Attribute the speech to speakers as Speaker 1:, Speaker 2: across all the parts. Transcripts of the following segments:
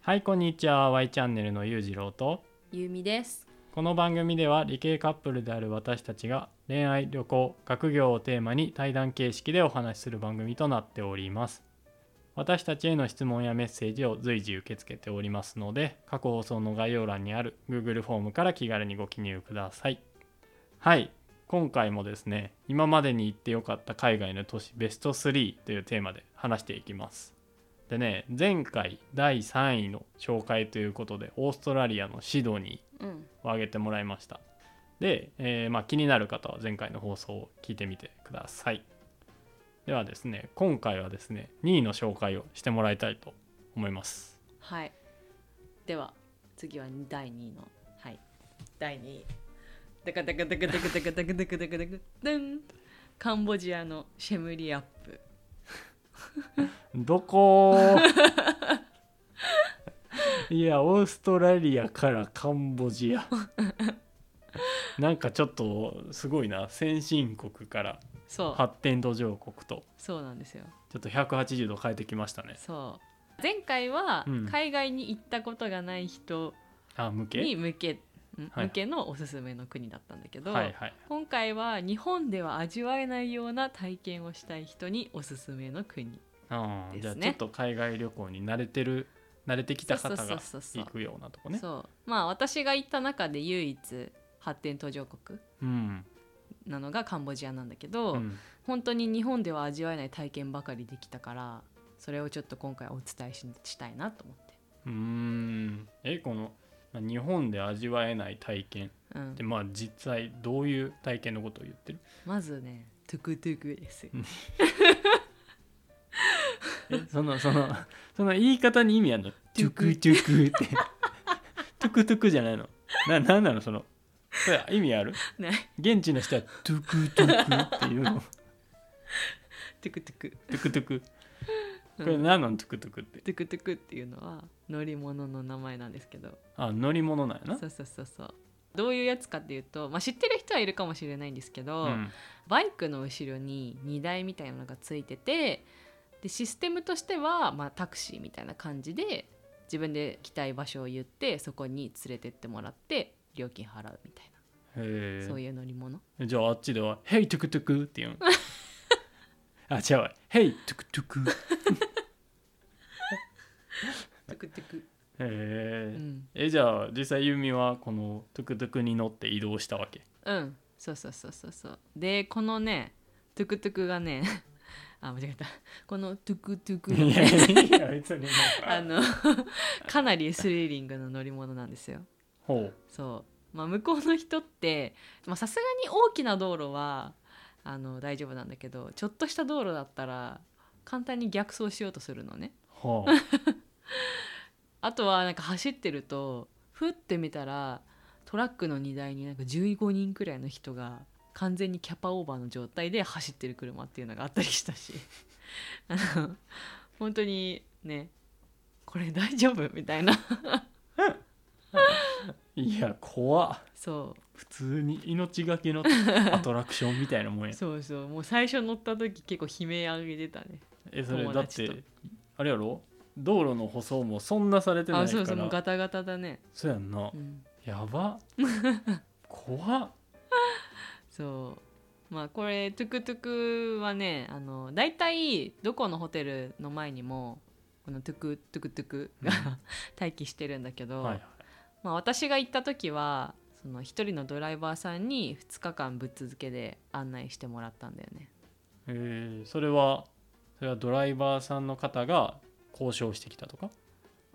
Speaker 1: はいこんにちは Y チャンネルのゆうじろうと
Speaker 2: ゆうみです。
Speaker 1: この番組では理系カップルである私たちが恋愛旅行学業をテーマに対談形式でお話しする番組となっております私たちへの質問やメッセージを随時受け付けておりますので各放送の概要欄にある Google フォームから気軽にご記入くださいはい今回もですね今までに行ってよかった海外の都市ベスト3というテーマで話していきますでね前回第3位の紹介ということでオーストラリアのシドニー
Speaker 2: うん。
Speaker 1: を挙げてもらいましたで、えーまあ、気になる方は前回の放送を聞いてみてくださいではですね今回はですね2位の紹介をしてもらいたいと思います
Speaker 2: はい。では次は第二位のはい第二位。ダカダカダカダカダカダカダカダカダカダン。カンボジアのシェムリアップ。
Speaker 1: どこーいやオーストラリアからカンボジアなんかちょっとすごいな先進国から
Speaker 2: そう
Speaker 1: 発展途上国と
Speaker 2: そうなんですよ。
Speaker 1: ちょっと180度変えてきましたね
Speaker 2: そう。前回は
Speaker 1: うん
Speaker 2: 海外に行ったことがない人
Speaker 1: あ向け
Speaker 2: に向け、ん
Speaker 1: はい
Speaker 2: 向けのおすすめの国だったんだけど、
Speaker 1: はいはい
Speaker 2: 今回は日本では味わえないような体験をしたい人におすすめの国
Speaker 1: ああ、
Speaker 2: で
Speaker 1: じゃあ
Speaker 2: すね
Speaker 1: ちょっと海外旅行に慣れてる慣れてきた方
Speaker 2: そうそう
Speaker 1: が
Speaker 2: そうそう
Speaker 1: 行くようなとこね。
Speaker 2: そうまあ私が行った中で唯一発展途上国
Speaker 1: うん、
Speaker 2: なのがカンボジアなんだけど、
Speaker 1: うん、
Speaker 2: 本当に日本では味わえない体験ばかりできたからそれをちょっと今回お伝えししたいなと思って。
Speaker 1: うーんえこのまあ日本で味わえない体験
Speaker 2: うん
Speaker 1: って、まあ実際どういう体験のことを言ってる
Speaker 2: まずねトゥクトゥクですよ
Speaker 1: うんえそのそのその言い方に意味あるのトゥクトゥクって トゥクトゥクじゃないのななんなのそのそれ意味ある
Speaker 2: ね
Speaker 1: 現地の人はトゥクトゥクっていうの
Speaker 2: トゥクトゥク、
Speaker 1: トゥクトゥク
Speaker 2: う
Speaker 1: こ
Speaker 2: ん
Speaker 1: れ何なのトゥクトゥクって
Speaker 2: トゥクトゥクっていうのは乗り物の名前なんですけど
Speaker 1: あ乗り物なんやな
Speaker 2: そうそうそうそうどういうやつかっていうと、まあ、知ってる人はいるかもしれないんですけど、
Speaker 1: うん
Speaker 2: バイクの後ろに荷台みたいなのがついててでシステムとしては、まあ、タクシーみたいな感じで自分で来たい場所を言ってそこに連れてってもらって料金払うみたい
Speaker 1: へ
Speaker 2: な
Speaker 1: え
Speaker 2: そういう乗り物
Speaker 1: じゃああっちでは「ヘイトゥクトゥク」って言うの あ違うわ「ヘイトゥクトゥク」へ
Speaker 2: トゥクトゥク、う
Speaker 1: え、
Speaker 2: ん、
Speaker 1: えじゃあ実際ユミはこのトゥクトゥクに乗って移動したわ け
Speaker 2: うん、そうそうそうそうそうでこのねトゥクトゥクがね あ間違えたこのトゥクトゥク
Speaker 1: い
Speaker 2: が
Speaker 1: や
Speaker 2: ね
Speaker 1: いや別に
Speaker 2: あのかなりスリリングな乗り物なんですよ
Speaker 1: ほ
Speaker 2: そう、まあ、向こうの人ってまあさすがに大きな道路はあの大丈夫なんだけどちょっとした道路だったら簡単に逆走しようとするのね
Speaker 1: うほう
Speaker 2: あとはなんか走ってるとふって見たらトラックの荷台になんか15人くらいの人が完全にキャパオーバーの状態で走ってる車っていうのがあったりしたし あの本当にねこれ大丈夫みたいない
Speaker 1: や怖っ
Speaker 2: そう
Speaker 1: 普通に命がけのアトラクションみたいなもんや
Speaker 2: そうそうもう最初乗った時結構悲鳴上げてたね
Speaker 1: えそれ
Speaker 2: 友
Speaker 1: だっ
Speaker 2: 達と
Speaker 1: てあれやろ道路の舗装もそんなされてない
Speaker 2: あ
Speaker 1: か
Speaker 2: そ
Speaker 1: ら
Speaker 2: うそうもう
Speaker 1: そ
Speaker 2: ガタガタだね、
Speaker 1: うやんな
Speaker 2: うん、
Speaker 1: や ば怖っ
Speaker 2: そうまあこれトゥクトゥクはねあの大体どこのホテルの前にもこのトゥクトゥクトゥクが 待機してるんだけど、
Speaker 1: はいはい
Speaker 2: まあ、私が行った時はその一人のドライバーさんに2日間ぶっ続けで案内してもらったんだよね
Speaker 1: えーそれはそれはドライバーさんの方が交渉してきたとか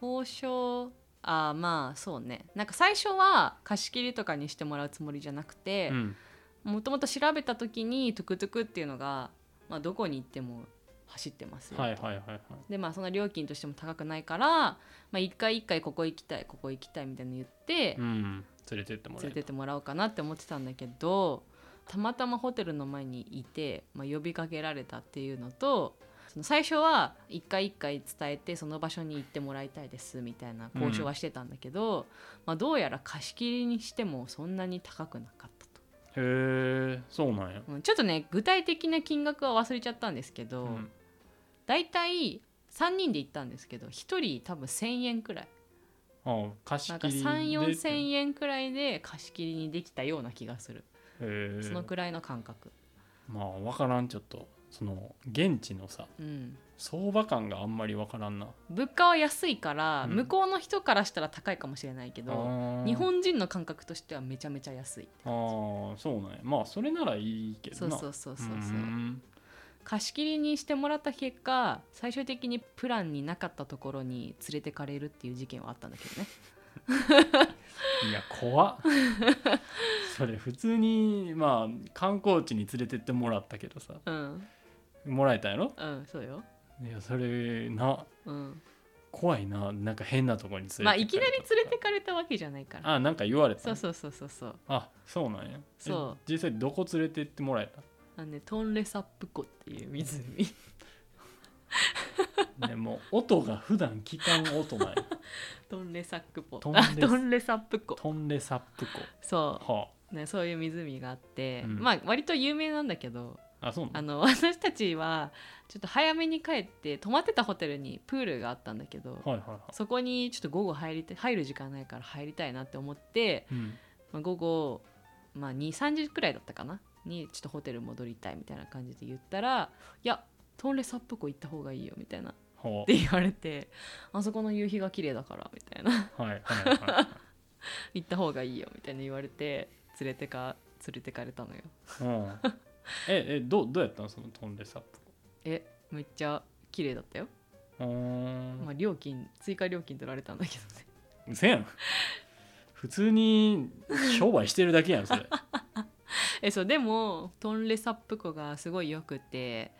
Speaker 2: 交渉あまあそうねなんか最初は貸し切りとかにしてもらうつもりじゃなくて、
Speaker 1: うん
Speaker 2: もともと調べた時にトゥクトゥクっていうのが、まあ、どこに行っても走ってますよと
Speaker 1: はいはいはいはい
Speaker 2: でまあそんな料金としても高くないから、まあ、一回一回ここ行きたいここ行きたいみたいなの言って
Speaker 1: うん連れてってもら
Speaker 2: 連れて
Speaker 1: え
Speaker 2: ってもらおうかなって思ってたんだけどたまたまホテルの前にいて、まあ、呼びかけられたっていうのとその最初は一回一回伝えてその場所に行ってもらいたいですみたいな交渉はしてたんだけど、まあ、どうやら貸し切りにしてもそんなに高くなかったと。
Speaker 1: たへえそうなんや
Speaker 2: うんちょっとね具体的な金額は忘れちゃったんですけ
Speaker 1: う
Speaker 2: ど、
Speaker 1: ん
Speaker 2: だいたい3人で行ったんですけど1人多分1,000円くらい
Speaker 1: あ貸し
Speaker 2: なん
Speaker 1: 切
Speaker 2: か
Speaker 1: りで
Speaker 2: 34,000円くらいで貸し切りにできたような気がする
Speaker 1: へえ
Speaker 2: そのくらいの感覚
Speaker 1: まあ分からんちょっとその現地のさ
Speaker 2: うん
Speaker 1: 相場感があんまり分からんな
Speaker 2: 物価は安いから、
Speaker 1: うん
Speaker 2: 向こうの人からしたら高いかもしれないけ
Speaker 1: あ
Speaker 2: ど
Speaker 1: ー
Speaker 2: 日本人の感覚としてはめちゃめちゃ安い
Speaker 1: あーそうなんやまあそれならいいけ
Speaker 2: そ
Speaker 1: ど
Speaker 2: う
Speaker 1: な
Speaker 2: そうそうそうそう
Speaker 1: ーん
Speaker 2: 貸し切りにしてもらった結果最終的にプランになかったところに連れてかれるっていう事件はあったんだけどね
Speaker 1: いや怖 っそれ普通にまあ観光地に連れてってもらったけどさ
Speaker 2: うん
Speaker 1: もらえたんやろ
Speaker 2: うんそうよ
Speaker 1: いやそれな
Speaker 2: うん
Speaker 1: 怖いななんか変なとこに連れてかれたとか
Speaker 2: まあいきなり連れてかれたわけじゃないから
Speaker 1: あなんか言われた
Speaker 2: そうそうそうそうそう
Speaker 1: あそうなんやえ
Speaker 2: そう
Speaker 1: 実際どこ連れてってもらえ
Speaker 2: あのねトンレサップ湖ってい う湖
Speaker 1: たねもう音が普段聞かん音 なんや
Speaker 2: トンレサックポ
Speaker 1: トンレ
Speaker 2: あトンレサップ湖
Speaker 1: トンレサップ
Speaker 2: そ
Speaker 1: 湖は
Speaker 2: う、ね、そういう湖があって、
Speaker 1: うん
Speaker 2: まあ割と有名なんだけど
Speaker 1: ああそうな
Speaker 2: あ
Speaker 1: ん
Speaker 2: の 私たちはちょっと早めに帰って泊まってたホテルにプールがあったんだけど
Speaker 1: はいはいはい
Speaker 2: そこにちょっと午後入りた入る時間ないから入りたいなって思って、
Speaker 1: うん
Speaker 2: まあ、午後、まあ、23時くらいだったかなにちょっとホテル戻りたいみたいな感じで言ったら「いやトンレサップ湖行った方がいいよ」みたいなっ
Speaker 1: は
Speaker 2: て言われて「あそこの夕日が綺麗だから」みたいな
Speaker 1: あはいはいはいはい
Speaker 2: 「行った方がいいよ」みたいな言われて連れてか連れてかれたのよ。
Speaker 1: うん、ええどうどうやったのそのトンレサップ
Speaker 2: えめっちゃ綺麗だったよ、
Speaker 1: うーん、
Speaker 2: まあ、料金追加料金取られたんだけどね
Speaker 1: うせやん普通に商売してるだけやんそ れ
Speaker 2: えそうでもトンレサップ湖がすごいよくて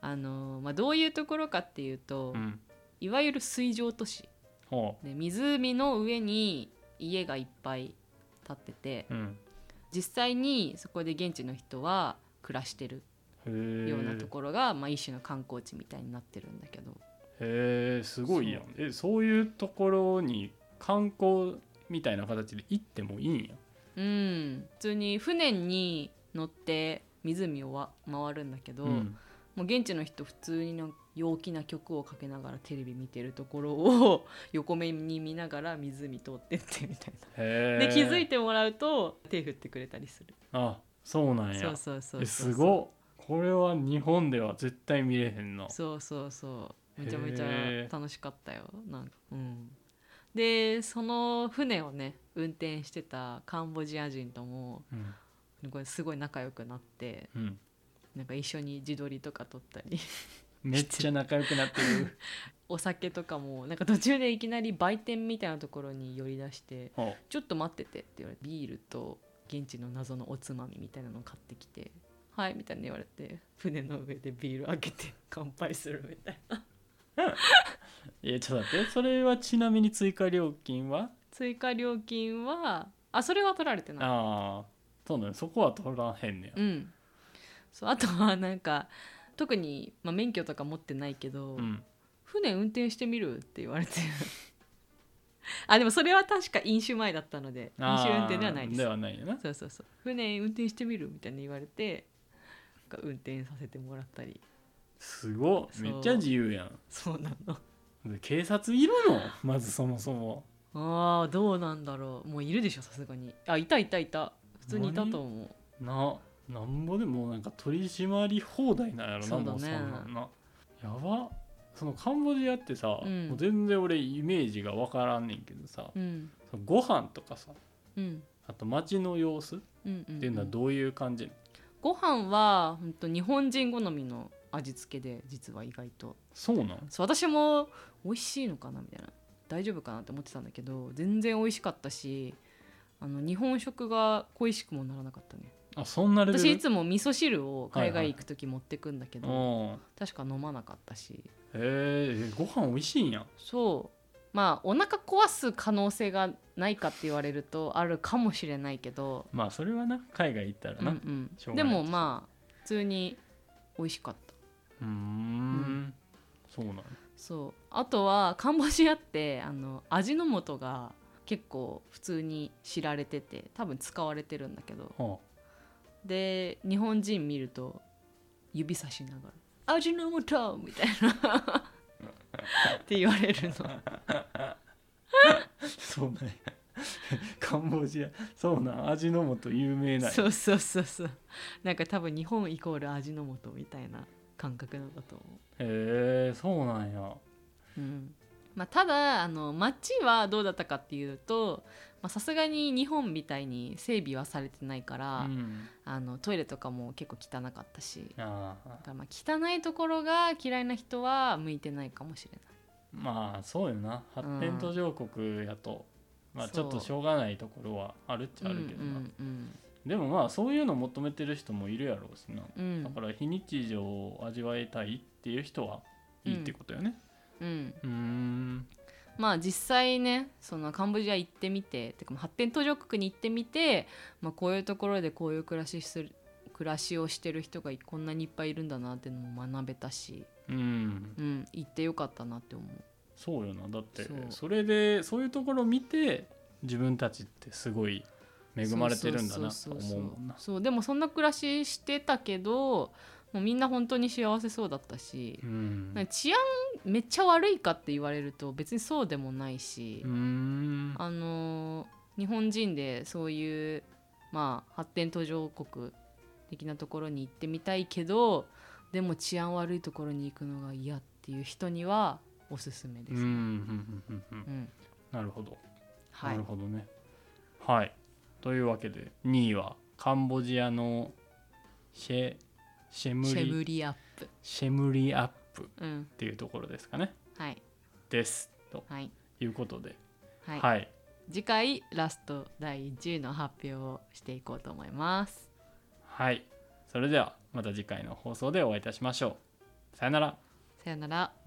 Speaker 2: あの、まあ、どういうところかっていうと、
Speaker 1: うん
Speaker 2: いわゆる水上都市
Speaker 1: ほ
Speaker 2: で湖の上に家がいっぱい建ってて
Speaker 1: ううん
Speaker 2: 実際にそこで現地の人は暮らしてる
Speaker 1: へえ
Speaker 2: ようなところが、まあ、一種の観光地みたいになってるんだけど
Speaker 1: へえすごいやんえそういうところに観光みたいな形で行ってもいいんや
Speaker 2: うん普通に船に乗って湖をわ回るんだけど、
Speaker 1: うん
Speaker 2: もう現地の人普通になんか陽気な曲をかけながらテレビ見てるところを 横目に見ながら湖通ってってみたい
Speaker 1: へ
Speaker 2: な。
Speaker 1: え
Speaker 2: で気づいてもらうと手振ってくれたりする。
Speaker 1: あそうなんや
Speaker 2: そうそうそうそう
Speaker 1: えすごっこれは日本では絶対見れへんな
Speaker 2: そうそうそうめちゃめち
Speaker 1: へ
Speaker 2: ゃ
Speaker 1: ー
Speaker 2: 楽しかったよなんかうんでその船をね運転してたカンボジア人とも
Speaker 1: うん、
Speaker 2: これすごい仲良くなって
Speaker 1: うん、
Speaker 2: なんか一緒に自撮りとか撮ったり
Speaker 1: めっちゃ仲良くなって る
Speaker 2: お酒とかもなんか途中でいきなり売店みたいなところに寄り出して
Speaker 1: ほ
Speaker 2: 「ちょっと待ってて」って言われてビールと現地の謎のおつまみみたいなのを買ってきて「はい」みたいな言われて船の上でビール開けて乾杯するみたいな。
Speaker 1: ういやちょっと待ってそれはちなみに追加料金は
Speaker 2: 追加料金はあそれは取られてない
Speaker 1: ああそうなのそこは取らへんねや
Speaker 2: うんそうあとはなんか特に、まあ、免許とか持ってないけど、
Speaker 1: うん
Speaker 2: 船運転してみる って言われてあでもそれは確か飲酒前だったので飲酒運転ではないです
Speaker 1: ではないよな
Speaker 2: そうそうそう船運転してみるみたいに言われてなんか運転させてもらったり
Speaker 1: すごい
Speaker 2: そう
Speaker 1: めっちゃ自由やん
Speaker 2: そうなの
Speaker 1: で警察いるのまずそもそも
Speaker 2: あーどうなんだろうもういるでしょさすがにあいたいたいた普通にいたと思う
Speaker 1: ななんぼでもなんか取り締まり放題なんやろな
Speaker 2: そうだね
Speaker 1: もうそんなんなやばそのカンボジアってさ、
Speaker 2: うん
Speaker 1: もう全然俺イメージが分からんねんけどさ、
Speaker 2: うん
Speaker 1: そのご飯とかさ
Speaker 2: うん
Speaker 1: あと街の様子っ
Speaker 2: うんうん、
Speaker 1: ていうのはどういう感じ、
Speaker 2: ご飯は本当日本人好みの味付けで実は意外と
Speaker 1: そうなん
Speaker 2: そう私も美味しいのかなみたいな大丈夫かなって思ってたんだけど全然美味しかったしあの日本食が恋しくもならなかったね
Speaker 1: あそんなレベル
Speaker 2: 私いつも味噌汁を海外行く時持ってくんだけ
Speaker 1: う
Speaker 2: ど、
Speaker 1: ん
Speaker 2: 確か飲まなかったし
Speaker 1: へえご飯美味しいんや
Speaker 2: そうまあお腹壊す可能性がないかって言われるとあるかもしれないけど、
Speaker 1: まあそれはな海外行ったら
Speaker 2: うんう
Speaker 1: なうんしょうが
Speaker 2: で
Speaker 1: ない
Speaker 2: もまあ普通に美味しかった。
Speaker 1: ーん
Speaker 2: ん
Speaker 1: そうなんや
Speaker 2: そうあとはカンボジアってあの味の素が結構普通に知られてて多分使われてるんだけど
Speaker 1: は
Speaker 2: で日本人見ると指さしながら「味の素!」みたいなって言われるの
Speaker 1: そうなんやカンボジアそうなん味の素有名なんや
Speaker 2: そうそうそうそうなんか多分日本イコール味の素みたいな感覚なんだと思
Speaker 1: へえそうなんや
Speaker 2: う、うんまあ、ただあの街はどうだったかっていうとまあさすがに日本みたいに整備はされてないから、
Speaker 1: うん、
Speaker 2: あのトイレとかも結構汚かったし
Speaker 1: あ
Speaker 2: だ
Speaker 1: あ
Speaker 2: からまあ汚いところが嫌いな人は向いてないかもしれない
Speaker 1: まあそうよな発展途上国やと、まあち
Speaker 2: そう
Speaker 1: ょっとしょうがないところはあるっちゃあるけどな、
Speaker 2: うん
Speaker 1: でもまあそういうの求めてる人もいるやろうしな
Speaker 2: うんうん
Speaker 1: だから非日常を味わいたいっていう人はいいってことよね
Speaker 2: うんうん
Speaker 1: うーん
Speaker 2: まあ実際ねそのカンボジア行ってみててかまあ発展途上国に行ってみて、まあ、こういうところでこういう暮らしする暮らしをしてる人がこんなにいっぱいいるんだなっていうのも学べたし、
Speaker 1: うん、
Speaker 2: うん、行ってよかったなって思う。
Speaker 1: そうよなだって
Speaker 2: そ
Speaker 1: そうれでそういうところを見て自分たちってすごい恵まれてるんだなと
Speaker 2: そう
Speaker 1: 思
Speaker 2: そうそうう
Speaker 1: もんな
Speaker 2: そうでもそんな暮らししてたけどもうみんな本当に幸せそうだったし
Speaker 1: う、ん
Speaker 2: なんか治安めっちゃ悪いかって言われると別にそうでもないし、
Speaker 1: うーん
Speaker 2: あのー日本人でそういう、まあ、発展途上国的なところに行ってみたいけどでも治安悪いところに行くのが嫌っていう人にはおすすめで
Speaker 1: うん
Speaker 2: す。
Speaker 1: う
Speaker 2: うん
Speaker 1: んうんうんうんなるほど、
Speaker 2: はい
Speaker 1: なるほどねはいというわけで2位はカンボジアのシェシェム
Speaker 2: シェ
Speaker 1: リ
Speaker 2: ムリアップ、
Speaker 1: シェムリアップっ
Speaker 2: うん、
Speaker 1: ていうところですかね
Speaker 2: はい
Speaker 1: ですと
Speaker 2: はい
Speaker 1: いうことで
Speaker 2: はい、
Speaker 1: はい
Speaker 2: 次回ラスト第10位の発表をしていこうと思います。
Speaker 1: はい、それではまた次回の放送でお会いいたしましょうさよなら
Speaker 2: さよなら。